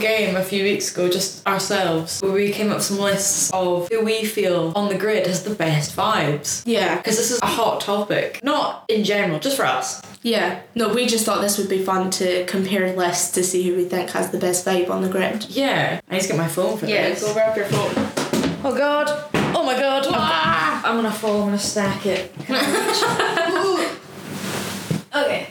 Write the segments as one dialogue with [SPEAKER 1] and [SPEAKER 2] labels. [SPEAKER 1] game a few weeks ago, just ourselves, where we came up with some lists of who we feel on the grid has the best vibes.
[SPEAKER 2] Yeah.
[SPEAKER 1] Because this is a hot topic. Not in general, just for us.
[SPEAKER 2] Yeah. No, we just thought this would be fun to compare lists to see who we think has the best vibe on the grid.
[SPEAKER 1] Yeah. I need to get my phone for
[SPEAKER 2] Yeah,
[SPEAKER 1] this.
[SPEAKER 2] go grab your phone.
[SPEAKER 1] Oh god. Oh my god. Ah! I'm gonna fall, I'm gonna stack it.
[SPEAKER 2] Okay.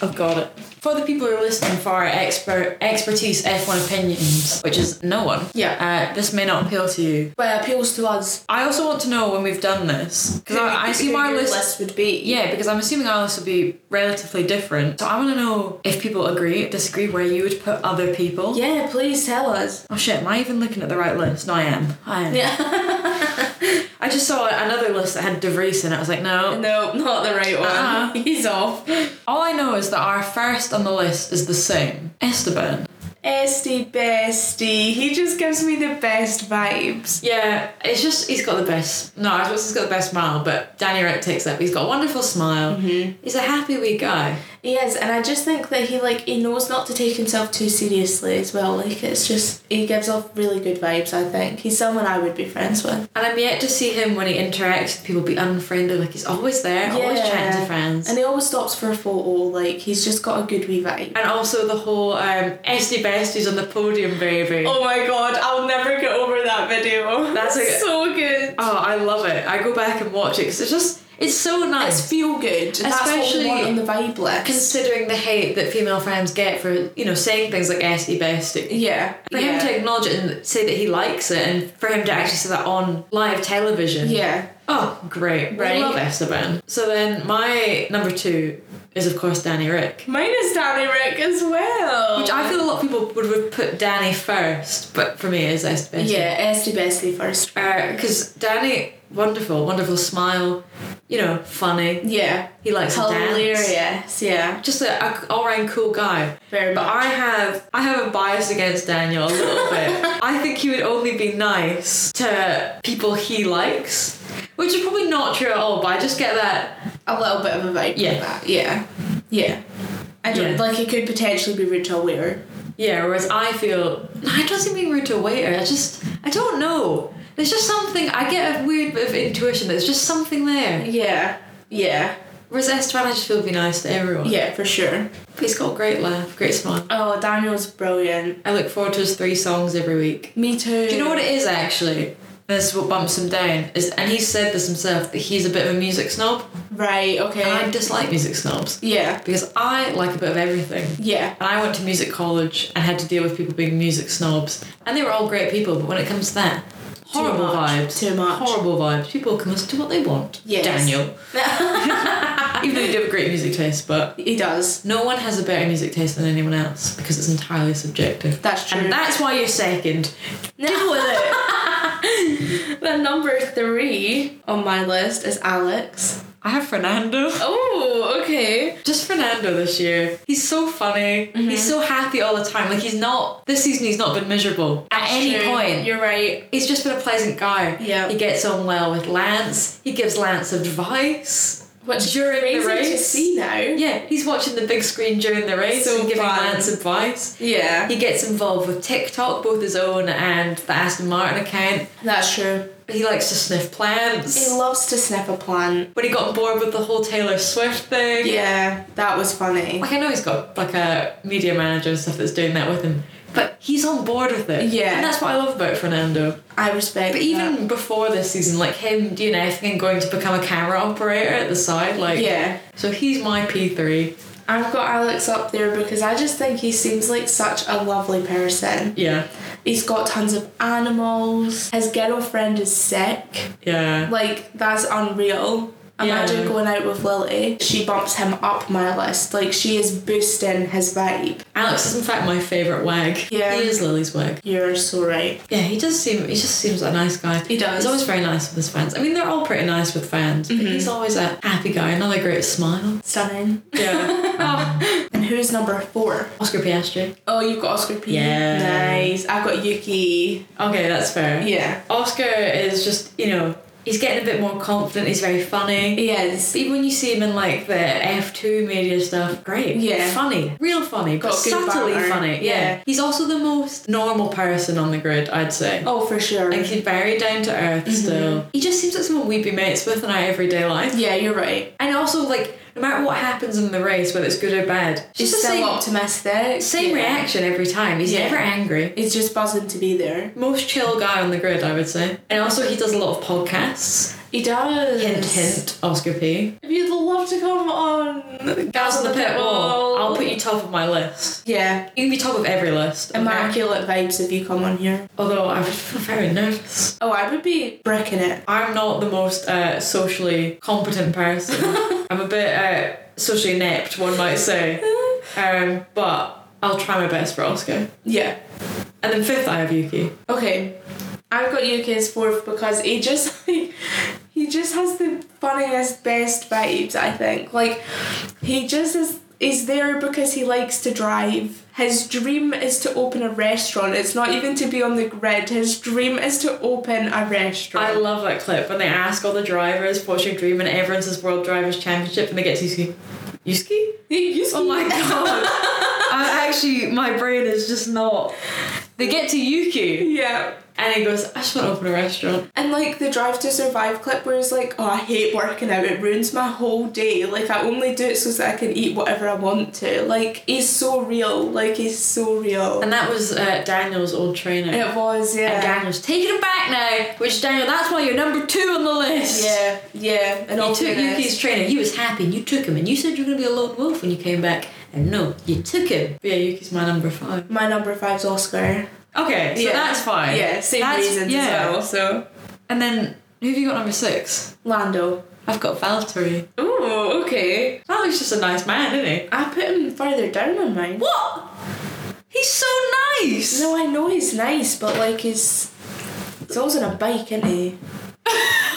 [SPEAKER 1] I've got it. For the people who are listening for our expert expertise F1 opinions, which is no one.
[SPEAKER 2] Yeah.
[SPEAKER 1] Uh, this may not appeal to you.
[SPEAKER 2] But it appeals to us.
[SPEAKER 1] I also want to know when we've done this. Because I, I see
[SPEAKER 2] Who
[SPEAKER 1] my
[SPEAKER 2] your
[SPEAKER 1] list
[SPEAKER 2] would be.
[SPEAKER 1] Yeah, because I'm assuming our list will be relatively different. So I want to know if people agree, disagree, where you would put other people.
[SPEAKER 2] Yeah, please tell us.
[SPEAKER 1] Oh shit, am I even looking at the right list? No, I am. I am.
[SPEAKER 2] Yeah.
[SPEAKER 1] I just saw another list that had De Vries in it. I was like, no.
[SPEAKER 2] No, not the right one.
[SPEAKER 1] Uh-uh.
[SPEAKER 2] He's off.
[SPEAKER 1] All I know is that our first on the list is the same Esteban.
[SPEAKER 2] Esty bestie. He just gives me the best vibes.
[SPEAKER 1] Yeah, it's just, he's got the best. No, I suppose he's got the best smile, but Danny Rick takes that. He's got a wonderful smile. He's a happy wee guy.
[SPEAKER 2] He is, and I just think that he like he knows not to take himself too seriously as well. Like it's just he gives off really good vibes, I think. He's someone I would be friends with.
[SPEAKER 1] And I'm yet to see him when he interacts with people be unfriendly. Like, he's always there, always chatting to friends.
[SPEAKER 2] And he always stops for a photo, like he's just got a good wee vibe.
[SPEAKER 1] And also the whole um, Esty Bestie's on the podium, baby. Oh.
[SPEAKER 2] my god, I'll never get over that video.
[SPEAKER 1] That's a-
[SPEAKER 2] so good.
[SPEAKER 1] Oh, I love it. I go back and watch it because it's just, it's so
[SPEAKER 2] It's
[SPEAKER 1] nice.
[SPEAKER 2] feel good. That's what we
[SPEAKER 1] Especially-
[SPEAKER 2] want on the vibe list.
[SPEAKER 1] Considering the hate that female fans get for, you know, saying things like Esty Bestie.
[SPEAKER 2] yeah.
[SPEAKER 1] For
[SPEAKER 2] yeah.
[SPEAKER 1] him to acknowledge it and say that he likes it and for him to actually say that on live television.
[SPEAKER 2] Yeah.
[SPEAKER 1] Oh, great.
[SPEAKER 2] Right.
[SPEAKER 1] I love Esteban. So then my number two is, of course, Danny Rick.
[SPEAKER 2] Minus Danny Rick as well.
[SPEAKER 1] Which I feel a lot of people would, would put Danny first, but for me, it's Esty Bestie. Uh,
[SPEAKER 2] Yeah, Esty Bestie first.
[SPEAKER 1] because Danny, wonderful, wonderful smile, you know, funny.
[SPEAKER 2] Yeah.
[SPEAKER 1] He likes to dance.
[SPEAKER 2] Hilarious. Yeah.
[SPEAKER 1] Just a, a all round cool guy.
[SPEAKER 2] Very
[SPEAKER 1] But
[SPEAKER 2] much.
[SPEAKER 1] I have I have a bias against Daniel a little bit. I think he would only be nice to people he likes, which is probably not true at all. But I just get that.
[SPEAKER 2] A little bit of a vibe
[SPEAKER 1] Yeah.
[SPEAKER 2] yeah. that. Yeah. Yeah. I don't
[SPEAKER 1] Yeah.
[SPEAKER 2] like it could potentially be rude to a waiter.
[SPEAKER 1] Yeah. Whereas I feel I doesn't mean rude to a waiter. I just I don't know. There's just something I get a weird bit of intuition. There's just something there.
[SPEAKER 2] Yeah. Yeah.
[SPEAKER 1] Whereas Esteban, I just feel would be nice to everyone.
[SPEAKER 2] Yeah, for sure.
[SPEAKER 1] He's got a great laugh, great smile.
[SPEAKER 2] Oh, Daniel's brilliant.
[SPEAKER 1] I look forward to his three songs every week.
[SPEAKER 2] Me too.
[SPEAKER 1] Do you know what it is actually? This is what bumps him down. Is and he said this himself that he's a bit of a music snob.
[SPEAKER 2] Right, okay.
[SPEAKER 1] And I dislike music snobs
[SPEAKER 2] yeah.
[SPEAKER 1] because I like a bit of everything.
[SPEAKER 2] Yeah.
[SPEAKER 1] And I went to music college and had to deal with people being music snobs, and they were all great people. But when it comes to that, horrible
[SPEAKER 2] much.
[SPEAKER 1] vibes.
[SPEAKER 2] Too much.
[SPEAKER 1] Horrible vibes. People can listen to what they want.
[SPEAKER 2] Yes.
[SPEAKER 1] Daniel. Even though you do have a great music taste, but
[SPEAKER 2] he does.
[SPEAKER 1] no one has a better music taste than anyone else because it's entirely subjective.
[SPEAKER 2] That's true.
[SPEAKER 1] And that's why you're second.
[SPEAKER 2] Deal with it. the number three on my list is Alex.
[SPEAKER 1] I have Fernando.
[SPEAKER 2] Oh, okay.
[SPEAKER 1] Just Fernando this year. He's so funny.
[SPEAKER 2] Mm-hmm.
[SPEAKER 1] He's so happy all the time. Like he's not this season he's not been miserable at any
[SPEAKER 2] True.
[SPEAKER 1] point.
[SPEAKER 2] You're right.
[SPEAKER 1] He's just been a pleasant guy.
[SPEAKER 2] Yeah.
[SPEAKER 1] He gets on well with Lance. He gives Lance advice.
[SPEAKER 2] Which
[SPEAKER 1] During the
[SPEAKER 2] crazy to
[SPEAKER 1] race.
[SPEAKER 2] see now.
[SPEAKER 1] Yeah, he's watching the big screen during the race
[SPEAKER 2] So
[SPEAKER 1] and giving
[SPEAKER 2] fun.
[SPEAKER 1] Lance advice.
[SPEAKER 2] Yeah.
[SPEAKER 1] He gets involved with TikTok, both his own and the Aston Martin account.
[SPEAKER 2] That's true.
[SPEAKER 1] He likes to sniff plants.
[SPEAKER 2] He loves to snip a plant.
[SPEAKER 1] when he got bored with the whole Taylor Swift thing.
[SPEAKER 2] Yeah, that was funny.
[SPEAKER 1] Like I know he's got like a media manager and stuff that's doing that with him, but he's on board with it.
[SPEAKER 2] Yeah.
[SPEAKER 1] and that's what I love about Fernando.
[SPEAKER 2] I respect.
[SPEAKER 1] But even before this season, like him DNFing and going to become a camera operator at the side, like
[SPEAKER 2] that. yeah,
[SPEAKER 1] So he's my P three.
[SPEAKER 2] I've got Alex up there because I just think he seems like such a lovely person.
[SPEAKER 1] Yeah,
[SPEAKER 2] He's got tons of animals. His girlfriend is sick.
[SPEAKER 1] yeah.
[SPEAKER 2] Like that's unreal. Imagine
[SPEAKER 1] Yeah.
[SPEAKER 2] going out with Lily. She bumps him up my list. Like she is boosting his vibe.
[SPEAKER 1] Alex is in fact my favorite wag.
[SPEAKER 2] Yeah.
[SPEAKER 1] he is Lily's wag.
[SPEAKER 2] You're so right.
[SPEAKER 1] Yeah, he does seem. He just seems like a nice guy.
[SPEAKER 2] He does.
[SPEAKER 1] He's always very nice with his fans. I mean, they're all pretty nice with fans, but he's always a happy guy. Another great smile.
[SPEAKER 2] Stunning.
[SPEAKER 1] Yeah. oh.
[SPEAKER 2] And who's number four?
[SPEAKER 1] Oscar Piastri.
[SPEAKER 2] Oh, you've got Oscar P.
[SPEAKER 1] Yeah.
[SPEAKER 2] Nice. I've got Yuki.
[SPEAKER 1] Okay, that's fair.
[SPEAKER 2] Yeah.
[SPEAKER 1] Oscar is just, you know, he's getting a bit more confident. He's very funny.
[SPEAKER 2] He is.
[SPEAKER 1] But even when you see him in like the F two media stuff, great,
[SPEAKER 2] Yeah.
[SPEAKER 1] funny, real funny, but
[SPEAKER 2] Got good
[SPEAKER 1] subtly
[SPEAKER 2] banter.
[SPEAKER 1] funny.
[SPEAKER 2] Yeah.
[SPEAKER 1] he's also the most normal person on the grid, I'd say.
[SPEAKER 2] Oh, for sure.
[SPEAKER 1] Like he's very down to earth still. Mm-hmm. He just seems like someone we'd be mates with in our everyday life.
[SPEAKER 2] Yeah, you're right.
[SPEAKER 1] And also like no matter what happens in the race, whether it's good or bad, it's
[SPEAKER 2] He's
[SPEAKER 1] just the
[SPEAKER 2] still
[SPEAKER 1] same,
[SPEAKER 2] optimistic.
[SPEAKER 1] same
[SPEAKER 2] yeah.
[SPEAKER 1] reaction every time. He's
[SPEAKER 2] Yeah.
[SPEAKER 1] never angry.
[SPEAKER 2] He's just buzzing to be there.
[SPEAKER 1] Most chill guy on the grid, I would say. And also he does a lot of podcasts.
[SPEAKER 2] He does.
[SPEAKER 1] Hint hint, Oscar P.
[SPEAKER 2] If you'd love to come on
[SPEAKER 1] Gals on the pit wall. I'll put you top of my list.
[SPEAKER 2] Yeah.
[SPEAKER 1] You can be top of every list. okay?
[SPEAKER 2] Immaculate vibes if you come on here.
[SPEAKER 1] Although I would feel very nervous.
[SPEAKER 2] Oh, I would be bricking it.
[SPEAKER 1] I'm not the most uh, socially competent person. I'm a bit uh, socially inept, one might say. Um, but I'll try my best for Oscar.
[SPEAKER 2] Yeah.
[SPEAKER 1] And then fifth, I have Yuki.
[SPEAKER 2] Okay. I've got UK as fourth because he just like he just has the funniest, best vibes, I think. Like he just is is there because he likes to drive. His dream is to open a restaurant. It's not even to be on the grid. His dream is to open a restaurant.
[SPEAKER 1] I love that clip when they ask all the drivers what's your dream and everyone says World Drivers Championship and they get to Yuski. Yuski? Oh my god. I actually my brain is just not They get to Yuki
[SPEAKER 2] Yeah.
[SPEAKER 1] and he goes, I just want to open a restaurant.
[SPEAKER 2] And like the Drive to Survive clip where he's like, oh, I hate working out, it ruins my whole day. Like, I only do it so that I can eat whatever I want to. Like, he's so real. Like, he's so real.
[SPEAKER 1] And that was uh, Daniel's old trainer.
[SPEAKER 2] It was,
[SPEAKER 1] And
[SPEAKER 2] yeah.
[SPEAKER 1] Daniel's taking it back now, which Daniel, that's why you're number two on the list.
[SPEAKER 2] Yeah, yeah. And oh
[SPEAKER 1] You
[SPEAKER 2] all
[SPEAKER 1] took
[SPEAKER 2] fairness.
[SPEAKER 1] Yuki's trainer, he was happy, and you took him, and you said you were going to be a lone wolf when you came back, and no, you took him. But yeah, Yuki's my number five.
[SPEAKER 2] My number five's Oscar.
[SPEAKER 1] Okay, so
[SPEAKER 2] yeah.
[SPEAKER 1] that's fine.
[SPEAKER 2] Yeah, same
[SPEAKER 1] That's-
[SPEAKER 2] reasons
[SPEAKER 1] yeah.
[SPEAKER 2] as well, so.
[SPEAKER 1] And then, who have you got number six?
[SPEAKER 2] Lando.
[SPEAKER 1] I've got Valtteri.
[SPEAKER 2] Oh, okay.
[SPEAKER 1] Valtteri's just a nice man, isn't he?
[SPEAKER 2] I put him further down on mine.
[SPEAKER 1] What? He's so nice!
[SPEAKER 2] No, I know he's nice, but like he's he's always on a bike, isn't he?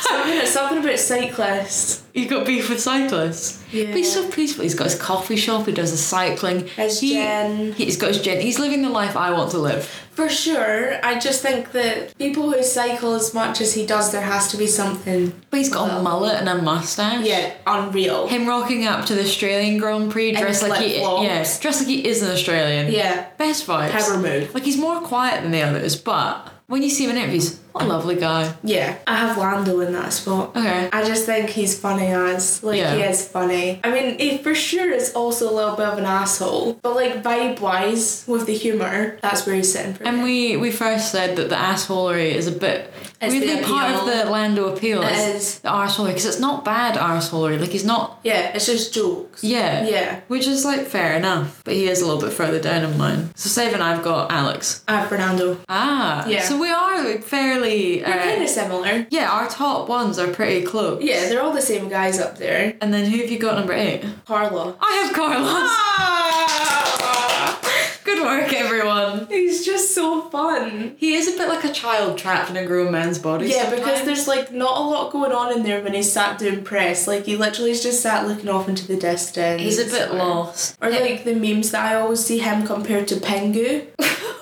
[SPEAKER 2] something, something about cyclists.
[SPEAKER 1] He's got beef with cyclists.
[SPEAKER 2] Yeah.
[SPEAKER 1] But he's so peaceful. He's got his coffee shop, he does his cycling.
[SPEAKER 2] His
[SPEAKER 1] he,
[SPEAKER 2] gin.
[SPEAKER 1] He's got his gin. He's living the life I want to live.
[SPEAKER 2] For sure, I just think that people who cycle as much as he does, there has to be something.
[SPEAKER 1] But he's got a
[SPEAKER 2] Well.
[SPEAKER 1] mullet and a mustache.
[SPEAKER 2] Yeah, unreal.
[SPEAKER 1] Him rocking up to the Australian Grand Prix dressed like he
[SPEAKER 2] flip-flops.
[SPEAKER 1] yeah, dressed like he is an Australian.
[SPEAKER 2] Yeah,
[SPEAKER 1] Best vibes.
[SPEAKER 2] power move.
[SPEAKER 1] Like he's more quiet than the others, but when you see him in interviews, what a lovely guy.
[SPEAKER 2] Yeah, I have Lando in that spot.
[SPEAKER 1] Okay.
[SPEAKER 2] I just think he's funny as like he
[SPEAKER 1] Yeah.
[SPEAKER 2] is funny. I mean, he for sure is also a little bit of an asshole, but like vibe wise with the humor, that's where he's sitting for
[SPEAKER 1] And we,
[SPEAKER 2] me.
[SPEAKER 1] we first said that the assholery is a bit
[SPEAKER 2] It's
[SPEAKER 1] weirdly
[SPEAKER 2] the
[SPEAKER 1] part of
[SPEAKER 2] appeal.
[SPEAKER 1] the Lando appeal.
[SPEAKER 2] It
[SPEAKER 1] is
[SPEAKER 2] is.
[SPEAKER 1] the arseholery because it's not bad arseholery. Like he's not
[SPEAKER 2] Yeah, it's just jokes.
[SPEAKER 1] yeah
[SPEAKER 2] Yeah.
[SPEAKER 1] which is like fair enough. But he is a little bit further down on mine. So seven, I've got Alex.
[SPEAKER 2] Ah, Fernando.
[SPEAKER 1] Ah
[SPEAKER 2] Yeah.
[SPEAKER 1] So we are like, fairly
[SPEAKER 2] They're kind
[SPEAKER 1] uh,
[SPEAKER 2] of similar.
[SPEAKER 1] yeah our top ones are pretty close.
[SPEAKER 2] Yeah, they're all the same guys up there.
[SPEAKER 1] And then who have you got number eight?
[SPEAKER 2] Carlo.
[SPEAKER 1] I have Carlos. Good work, everyone.
[SPEAKER 2] He's just so fun.
[SPEAKER 1] He is a bit like a child trapped in a grown man's body.
[SPEAKER 2] Yeah, because
[SPEAKER 1] sometimes.
[SPEAKER 2] there's like not a lot going on in there when he's sat doing press. Like he literally is just sat looking off into the distance.
[SPEAKER 1] he's a bit lost.
[SPEAKER 2] Or like the memes that I always see him compared to Pingu.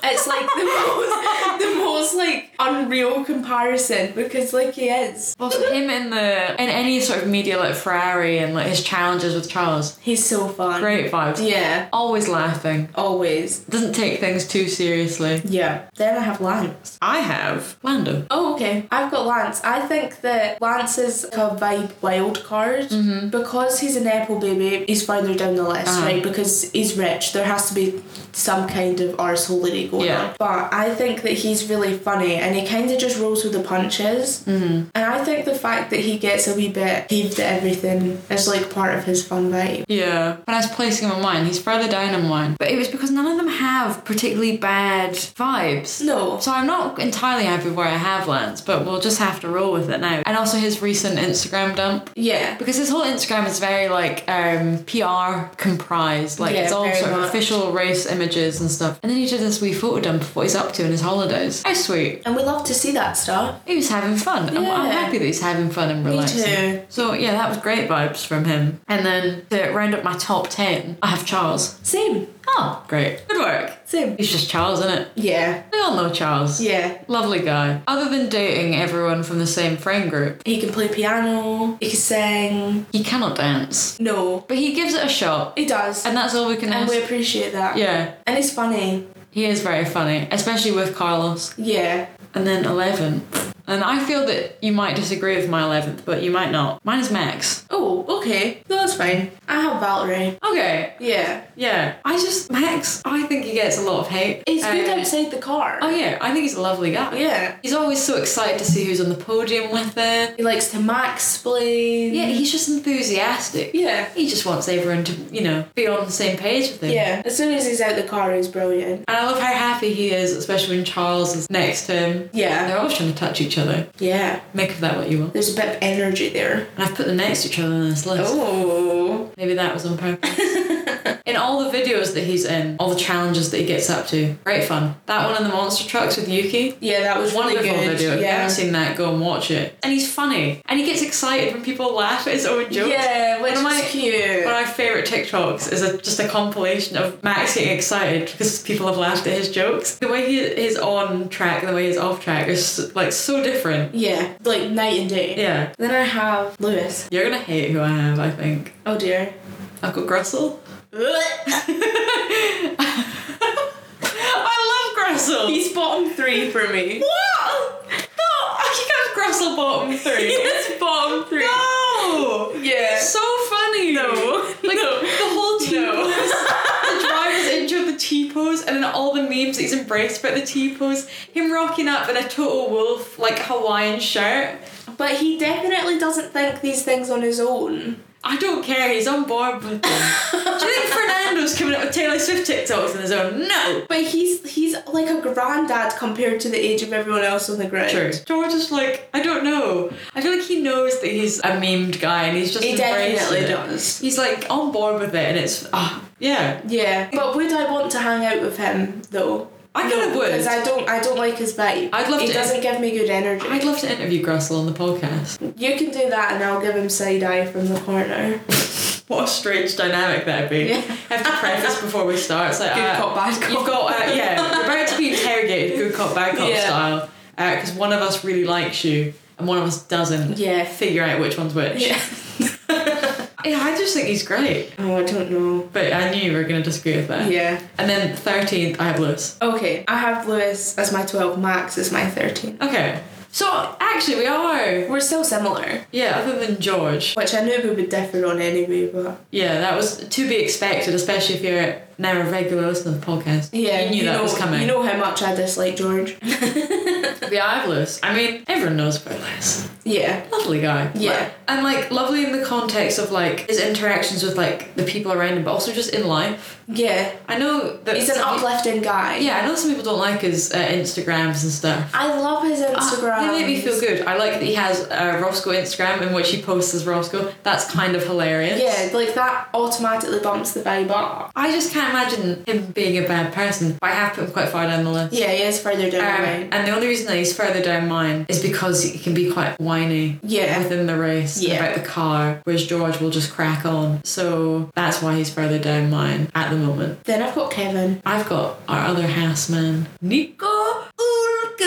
[SPEAKER 2] It's like the most, the most like unreal comparison because like he is.
[SPEAKER 1] Well, for him in the in any sort of media like Ferrari and like his challenges with Charles,
[SPEAKER 2] He's so fun.
[SPEAKER 1] great vibes.
[SPEAKER 2] Yeah.
[SPEAKER 1] Always laughing.
[SPEAKER 2] Always.
[SPEAKER 1] Doesn't take things too seriously.
[SPEAKER 2] Yeah. Then I have Lance.
[SPEAKER 1] I have Lando.
[SPEAKER 2] Oh, okay. I've got Lance. I think that Lance is a vibe wild card because he's an Apple baby. He's further down the list,
[SPEAKER 1] Mm-hmm. Uh-huh.
[SPEAKER 2] right? Because he's rich. There has to be some kind of arseholery going
[SPEAKER 1] Yeah.
[SPEAKER 2] on. But I think that he's really funny and he kind of just rolls with the punches. Mm-hmm. And I think the fact that he gets a wee bit heaved at everything is like part of his fun vibe.
[SPEAKER 1] Yeah. When I was placing him on mine, he's further down on mine. But it was because none of them have particularly bad vibes.
[SPEAKER 2] No.
[SPEAKER 1] So I'm not entirely happy where I have Lance, but we'll just have to roll with it now. And also his recent Instagram dump.
[SPEAKER 2] Yeah.
[SPEAKER 1] Because his whole Instagram is very like um, PR comprised, like
[SPEAKER 2] Yeah,
[SPEAKER 1] it's all
[SPEAKER 2] very
[SPEAKER 1] sort of
[SPEAKER 2] much.
[SPEAKER 1] official race images and stuff. And then he did this wee photodump of what he's up to in his holidays. How sweet.
[SPEAKER 2] And we love to see that stuff.
[SPEAKER 1] He was having fun. I'm, I'm
[SPEAKER 2] Yeah.
[SPEAKER 1] happy that he's having fun and relaxing.
[SPEAKER 2] too.
[SPEAKER 1] So yeah, that was great vibes from him. And then to round up my top ten, I have Charles.
[SPEAKER 2] Same.
[SPEAKER 1] Oh, great. Good work.
[SPEAKER 2] Same.
[SPEAKER 1] He's just Charles, isn't it?
[SPEAKER 2] Yeah.
[SPEAKER 1] We all know Charles.
[SPEAKER 2] Yeah.
[SPEAKER 1] Lovely guy. Other than dating everyone from the same friend group,
[SPEAKER 2] He can play piano. He can sing.
[SPEAKER 1] he cannot dance.
[SPEAKER 2] No.
[SPEAKER 1] But he gives it a shot.
[SPEAKER 2] He does.
[SPEAKER 1] And that's all we can
[SPEAKER 2] And we
[SPEAKER 1] ask.
[SPEAKER 2] appreciate that.
[SPEAKER 1] Yeah,
[SPEAKER 2] And he's funny.
[SPEAKER 1] he is very funny, especially with Carlos.
[SPEAKER 2] Yeah.
[SPEAKER 1] And then 11. And I feel that you might disagree with my 11th, but you might not. Mine is Max.
[SPEAKER 2] Oh, okay. No, that's fine. I have Valerie.
[SPEAKER 1] Okay,
[SPEAKER 2] Yeah.
[SPEAKER 1] yeah. I just, Max, I think he gets a lot of hate.
[SPEAKER 2] He's good
[SPEAKER 1] Um,
[SPEAKER 2] outside the car.
[SPEAKER 1] Oh, yeah, I think he's a lovely guy.
[SPEAKER 2] yeah.
[SPEAKER 1] He's always so excited to see who's on the podium with him.
[SPEAKER 2] He likes to max explain.
[SPEAKER 1] Yeah, he's just enthusiastic.
[SPEAKER 2] Yeah.
[SPEAKER 1] He just wants everyone to, you know, be on the same page with him.
[SPEAKER 2] Yeah. As soon as he's out the car, he's brilliant.
[SPEAKER 1] And I love how happy he is, especially when Charles is next to him.
[SPEAKER 2] Yeah.
[SPEAKER 1] They're always trying to touch each other.
[SPEAKER 2] Yeah.
[SPEAKER 1] Make of that what you will.
[SPEAKER 2] There's a bit of energy there.
[SPEAKER 1] And I've put them next to each other on this list.
[SPEAKER 2] Oh.
[SPEAKER 1] Maybe that was on purpose. in all the videos that he's in, all the challenges that he gets up to, great fun. That one in the monster trucks with Yuki.
[SPEAKER 2] Yeah, that was really
[SPEAKER 1] Wonderful
[SPEAKER 2] good.
[SPEAKER 1] video. If you
[SPEAKER 2] Yeah.
[SPEAKER 1] haven't seen that, go and watch it. And he's funny. And he gets excited when people laugh at his own jokes.
[SPEAKER 2] Yeah, which
[SPEAKER 1] One of
[SPEAKER 2] was
[SPEAKER 1] my-
[SPEAKER 2] cute.
[SPEAKER 1] One of my favourite TikToks is a, just a compilation of Max getting excited because people have laughed at his jokes. The way he is on track and the way he's off track is like so different.
[SPEAKER 2] yeah, like night and day.
[SPEAKER 1] Yeah.
[SPEAKER 2] Then I have Lewis.
[SPEAKER 1] You're gonna hate who I have, I think.
[SPEAKER 2] Oh dear.
[SPEAKER 1] I've got Grussel. I love Grussel!
[SPEAKER 2] He's bottom three for me.
[SPEAKER 1] What? No! You can't have Grussel bottom three.
[SPEAKER 2] He's bottom three.
[SPEAKER 1] No!
[SPEAKER 2] Yeah.
[SPEAKER 1] So funny.
[SPEAKER 2] No.
[SPEAKER 1] Like
[SPEAKER 2] No.
[SPEAKER 1] the whole T
[SPEAKER 2] No.
[SPEAKER 1] pose, the driver's intro of the T pose, and then all the memes that he's embraced about the T pose. Him rocking up in a total wolf like Hawaiian shirt.
[SPEAKER 2] But he definitely doesn't think these things on his own.
[SPEAKER 1] I don't care. He's on board with them. Do you think Fernando's coming up with Taylor Swift TikToks on his own? No.
[SPEAKER 2] But he's he's like a granddad compared to the age of everyone else on the grid.
[SPEAKER 1] True. George is like, I don't know. I feel like he knows that he's a memed guy and he's just
[SPEAKER 2] He
[SPEAKER 1] embracing
[SPEAKER 2] definitely
[SPEAKER 1] it.
[SPEAKER 2] does.
[SPEAKER 1] He's like on board with it and it's, ah, yeah.
[SPEAKER 2] Yeah. But would I want to hang out with him though?
[SPEAKER 1] I kinda would.
[SPEAKER 2] Because I don't I don't like his vibe.
[SPEAKER 1] I'd love
[SPEAKER 2] he
[SPEAKER 1] to-
[SPEAKER 2] doesn't give me good energy.
[SPEAKER 1] I'd love to interview Grussel on the podcast.
[SPEAKER 2] You can do that and I'll give him side eye from the corner.
[SPEAKER 1] What a strange dynamic that'd be.
[SPEAKER 2] Yeah.
[SPEAKER 1] I have to preface before we start. It's like,
[SPEAKER 2] Good
[SPEAKER 1] uh,
[SPEAKER 2] cop, bad
[SPEAKER 1] You've
[SPEAKER 2] cop.
[SPEAKER 1] got, uh, yeah, you're about to be interrogated, good cop, bad cop
[SPEAKER 2] Yeah.
[SPEAKER 1] style. Because one of us really likes you and one of us doesn't.
[SPEAKER 2] Yeah.
[SPEAKER 1] Figure out which one's which.
[SPEAKER 2] Yeah.
[SPEAKER 1] Yeah, I just think he's great.
[SPEAKER 2] Oh, I don't know.
[SPEAKER 1] But I knew you were going to disagree with that.
[SPEAKER 2] Yeah.
[SPEAKER 1] And then 13th, I have Lewis.
[SPEAKER 2] Okay, I have Lewis as my 12, Max as my 13.
[SPEAKER 1] Okay. So actually, we are.
[SPEAKER 2] We're still similar,
[SPEAKER 1] Yeah, other than George.
[SPEAKER 2] which I knew we would differ on anyway, but
[SPEAKER 1] Yeah, that was to be expected, especially if you're now a regular listener to the podcast.
[SPEAKER 2] yeah,
[SPEAKER 1] You knew that
[SPEAKER 2] know,
[SPEAKER 1] was coming.
[SPEAKER 2] You know how much I dislike George.
[SPEAKER 1] Yeah, I've Lewis. I mean, everyone knows about Lewis.
[SPEAKER 2] yeah,
[SPEAKER 1] Lovely guy.
[SPEAKER 2] Yeah.
[SPEAKER 1] Like- and like lovely in the context of like his interactions with like the people around him, but also just in life.
[SPEAKER 2] yeah.
[SPEAKER 1] I know that
[SPEAKER 2] He's an
[SPEAKER 1] some peop-
[SPEAKER 2] uplifting guy.
[SPEAKER 1] Yeah, I know some people don't like his uh, Instagrams and stuff.
[SPEAKER 2] I love his Instagram.
[SPEAKER 1] Ah, They make me feel good. I like that he has a Roscoe Instagram in which he posts as Roscoe. That's kind of hilarious.
[SPEAKER 2] Yeah, like that automatically bumps the vibe up.
[SPEAKER 1] I just can't imagine him being a bad person, but I have put him quite far down the list.
[SPEAKER 2] Yeah, he is further down
[SPEAKER 1] Um,
[SPEAKER 2] the line.
[SPEAKER 1] and the only reason that he's further down mine is because he can be quite whiny.
[SPEAKER 2] Yeah.
[SPEAKER 1] within the race
[SPEAKER 2] Yeah.
[SPEAKER 1] about the car, whereas George will just crack on. So that's why he's further down mine at the moment.
[SPEAKER 2] Then I've got Kevin.
[SPEAKER 1] I've got our other house man, Nico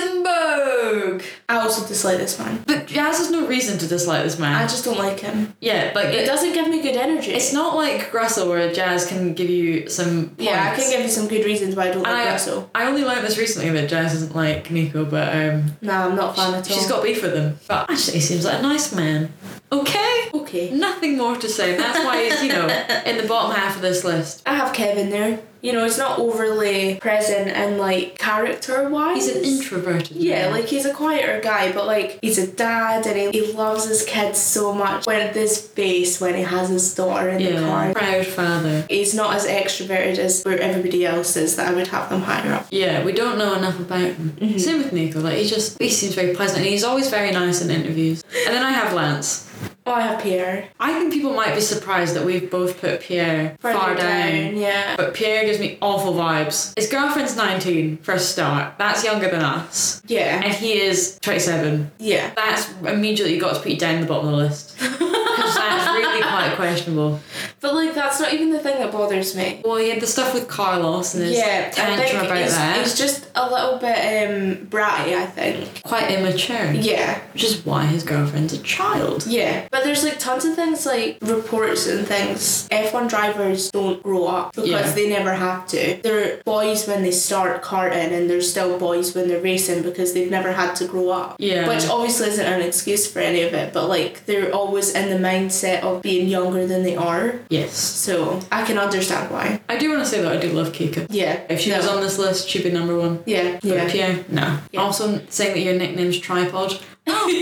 [SPEAKER 1] Ulkenberg.
[SPEAKER 2] I also dislike this man.
[SPEAKER 1] But Jazz has no reason to dislike this
[SPEAKER 2] I
[SPEAKER 1] man.
[SPEAKER 2] just don't like him.
[SPEAKER 1] yeah, like
[SPEAKER 2] It
[SPEAKER 1] it,
[SPEAKER 2] doesn't give me good energy.
[SPEAKER 1] it's not like Russell where Jazz can give you some points.
[SPEAKER 2] yeah, I can give you some good reasons why I don't
[SPEAKER 1] And
[SPEAKER 2] like
[SPEAKER 1] I,
[SPEAKER 2] Russell.
[SPEAKER 1] I only learned this recently that Jazz doesn't like Nico, but um,
[SPEAKER 2] Nah, I'm not a fan at all.
[SPEAKER 1] she's got beef with him. But actually, he seems like a nice man. Okay,
[SPEAKER 2] okay.
[SPEAKER 1] nothing more to say. That's why he's you know in the bottom half of this list.
[SPEAKER 2] I have Kevin there. You know, it's not overly present and like character wise.
[SPEAKER 1] He's an introverted.
[SPEAKER 2] Yeah,
[SPEAKER 1] man.
[SPEAKER 2] like he's a quieter guy, but like he's a dad and he, he loves his kids so much. When this face when he has his daughter in the
[SPEAKER 1] yeah,
[SPEAKER 2] car.
[SPEAKER 1] proud father.
[SPEAKER 2] He's not as extroverted as where everybody else is that I would have them higher up.
[SPEAKER 1] Yeah, we don't know enough about him.
[SPEAKER 2] Mm-hmm.
[SPEAKER 1] Same with Nico. Like he just he seems very pleasant and he's always very nice in interviews. And then I have Lance.
[SPEAKER 2] Oh, I have Pierre.
[SPEAKER 1] I think people might be surprised that we've both put Pierre far,
[SPEAKER 2] Further
[SPEAKER 1] down.
[SPEAKER 2] Yeah.
[SPEAKER 1] But Pierre gives me awful vibes. His girlfriend's 19 for a start. That's younger than us.
[SPEAKER 2] Yeah.
[SPEAKER 1] And he is 27.
[SPEAKER 2] Yeah.
[SPEAKER 1] That's immediately got us put down the bottom of the list. Because that's really quite questionable.
[SPEAKER 2] But like that's not even the thing that bothers me.
[SPEAKER 1] Well, he had the stuff with Carlos and his
[SPEAKER 2] Yeah, I think
[SPEAKER 1] tantrum about
[SPEAKER 2] it's,
[SPEAKER 1] that.
[SPEAKER 2] it's just a little bit um bratty, I think.
[SPEAKER 1] quite immature.
[SPEAKER 2] Yeah,
[SPEAKER 1] Which is why his girlfriend's a child.
[SPEAKER 2] yeah. But there's like tons of things like reports and things. F1 drivers don't grow up because
[SPEAKER 1] Yeah.
[SPEAKER 2] they never have to. They're boys when they start karting and they're still boys when they're racing because they've never had to grow up.
[SPEAKER 1] Yeah.
[SPEAKER 2] Which obviously isn't an excuse for any of it, but like they're always in the mindset of being younger than they are.
[SPEAKER 1] Yes.
[SPEAKER 2] So I can understand why.
[SPEAKER 1] I do want to say that I do love Kika.
[SPEAKER 2] Yeah.
[SPEAKER 1] If she
[SPEAKER 2] no.
[SPEAKER 1] was on this list, she'd be number one.
[SPEAKER 2] Yeah.
[SPEAKER 1] But
[SPEAKER 2] Yeah.
[SPEAKER 1] Pierre, no.
[SPEAKER 2] Yeah.
[SPEAKER 1] Also, saying that your nickname's Tripod.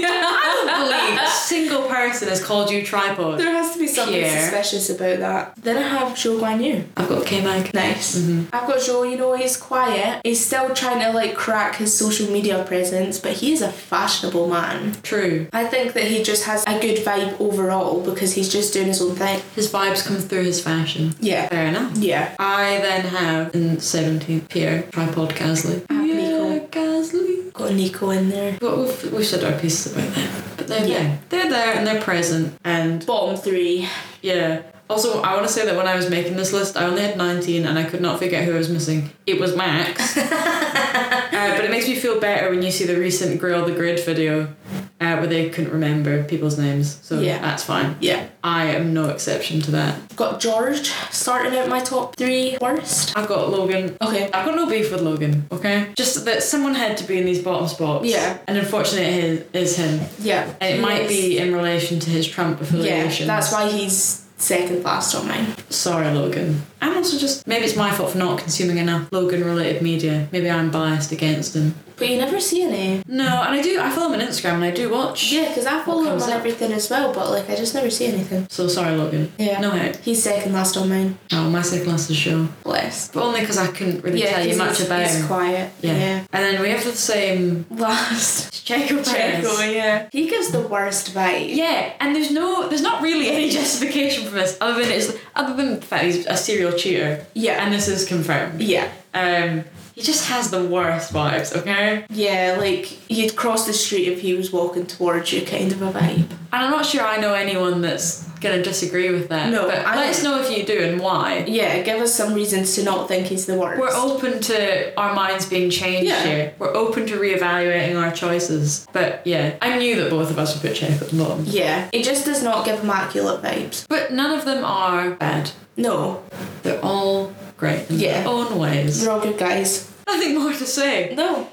[SPEAKER 1] Believe a single person has called you Tripod.
[SPEAKER 2] There has to be something
[SPEAKER 1] Pierre.
[SPEAKER 2] suspicious about that. Then I have Zhou Guan Yu.
[SPEAKER 1] I've got K Mag.
[SPEAKER 2] Nice.
[SPEAKER 1] Mm-hmm.
[SPEAKER 2] I've got Zhou, you know, he's quiet. He's still trying to like crack his social media presence, but he is a fashionable man.
[SPEAKER 1] True.
[SPEAKER 2] I think that he just has a good vibe overall because he's just doing his own thing.
[SPEAKER 1] His vibes come through his fashion.
[SPEAKER 2] Yeah.
[SPEAKER 1] Fair enough.
[SPEAKER 2] Yeah.
[SPEAKER 1] I then have in 17th Pierre Tripod Casley.
[SPEAKER 2] Ah, Nico.
[SPEAKER 1] Casley.
[SPEAKER 2] Got Nico in there.
[SPEAKER 1] But we've, we've said our pieces about them. But they're
[SPEAKER 2] Yeah.
[SPEAKER 1] there. They're there and they're present. And
[SPEAKER 2] Bottom three.
[SPEAKER 1] yeah. Also, I want to say that when I was making this list, I only had 19 and I could not figure out who I was missing. It was Max. uh, but it makes me feel better when you see the recent Grill the Grid video uh, where they couldn't remember people's names. So
[SPEAKER 2] Yeah.
[SPEAKER 1] that's fine.
[SPEAKER 2] Yeah.
[SPEAKER 1] I am no exception to that.
[SPEAKER 2] Got George starting out my top three worst.
[SPEAKER 1] I've got Logan.
[SPEAKER 2] Okay.
[SPEAKER 1] I've got no beef with Logan, okay? Just that someone had to be in these bottom spots.
[SPEAKER 2] Yeah.
[SPEAKER 1] And unfortunately, it is, is him.
[SPEAKER 2] Yeah.
[SPEAKER 1] And it might be in relation to his Trump
[SPEAKER 2] Yeah.
[SPEAKER 1] affiliation.
[SPEAKER 2] That's why he's second last on mine.
[SPEAKER 1] Sorry, Logan. I'm also just. Maybe it's my fault for not consuming enough Logan related media. Maybe I'm biased against him.
[SPEAKER 2] But you never see any.
[SPEAKER 1] No, and I do. I follow him on Instagram and I do watch.
[SPEAKER 2] Yeah, because I follow him
[SPEAKER 1] comes
[SPEAKER 2] on
[SPEAKER 1] up?
[SPEAKER 2] everything as well, but like I just never see anything.
[SPEAKER 1] So sorry, Logan.
[SPEAKER 2] Yeah.
[SPEAKER 1] No hate.
[SPEAKER 2] He's second last on mine.
[SPEAKER 1] Oh, my second last is show.
[SPEAKER 2] Bless.
[SPEAKER 1] But only because I couldn't really
[SPEAKER 2] Yeah,
[SPEAKER 1] tell you
[SPEAKER 2] 'cause
[SPEAKER 1] much
[SPEAKER 2] he's,
[SPEAKER 1] about
[SPEAKER 2] he's
[SPEAKER 1] him.
[SPEAKER 2] quiet.
[SPEAKER 1] yeah. And then we have the same.
[SPEAKER 2] Last.
[SPEAKER 1] Checo Perez.
[SPEAKER 2] Checo, yeah. He gives the worst vibe.
[SPEAKER 1] Yeah, and there's no, there's not really any justification for this other than it's other than the fact he's a serial cheater,
[SPEAKER 2] Yeah.
[SPEAKER 1] and this is confirmed.
[SPEAKER 2] Yeah.
[SPEAKER 1] Um, he just has the worst vibes, okay?
[SPEAKER 2] Yeah, like you'd cross the street if he was walking towards you, kind of a vibe.
[SPEAKER 1] And I'm not sure I know anyone that's gonna disagree with that.
[SPEAKER 2] No,
[SPEAKER 1] but
[SPEAKER 2] I-
[SPEAKER 1] let us know if you do and why.
[SPEAKER 2] Yeah, give us some reasons to not think he's the worst.
[SPEAKER 1] We're open to our minds being changed
[SPEAKER 2] Yeah.
[SPEAKER 1] here. We're open to reevaluating our choices. But yeah, I knew that both of us would put check at the bottom.
[SPEAKER 2] Yeah, it just does not give immaculate vibes.
[SPEAKER 1] But none of them are bad.
[SPEAKER 2] No,
[SPEAKER 1] They're all great in
[SPEAKER 2] Yeah.
[SPEAKER 1] their own ways.
[SPEAKER 2] they're all good guys.
[SPEAKER 1] Nothing more to say.
[SPEAKER 2] No.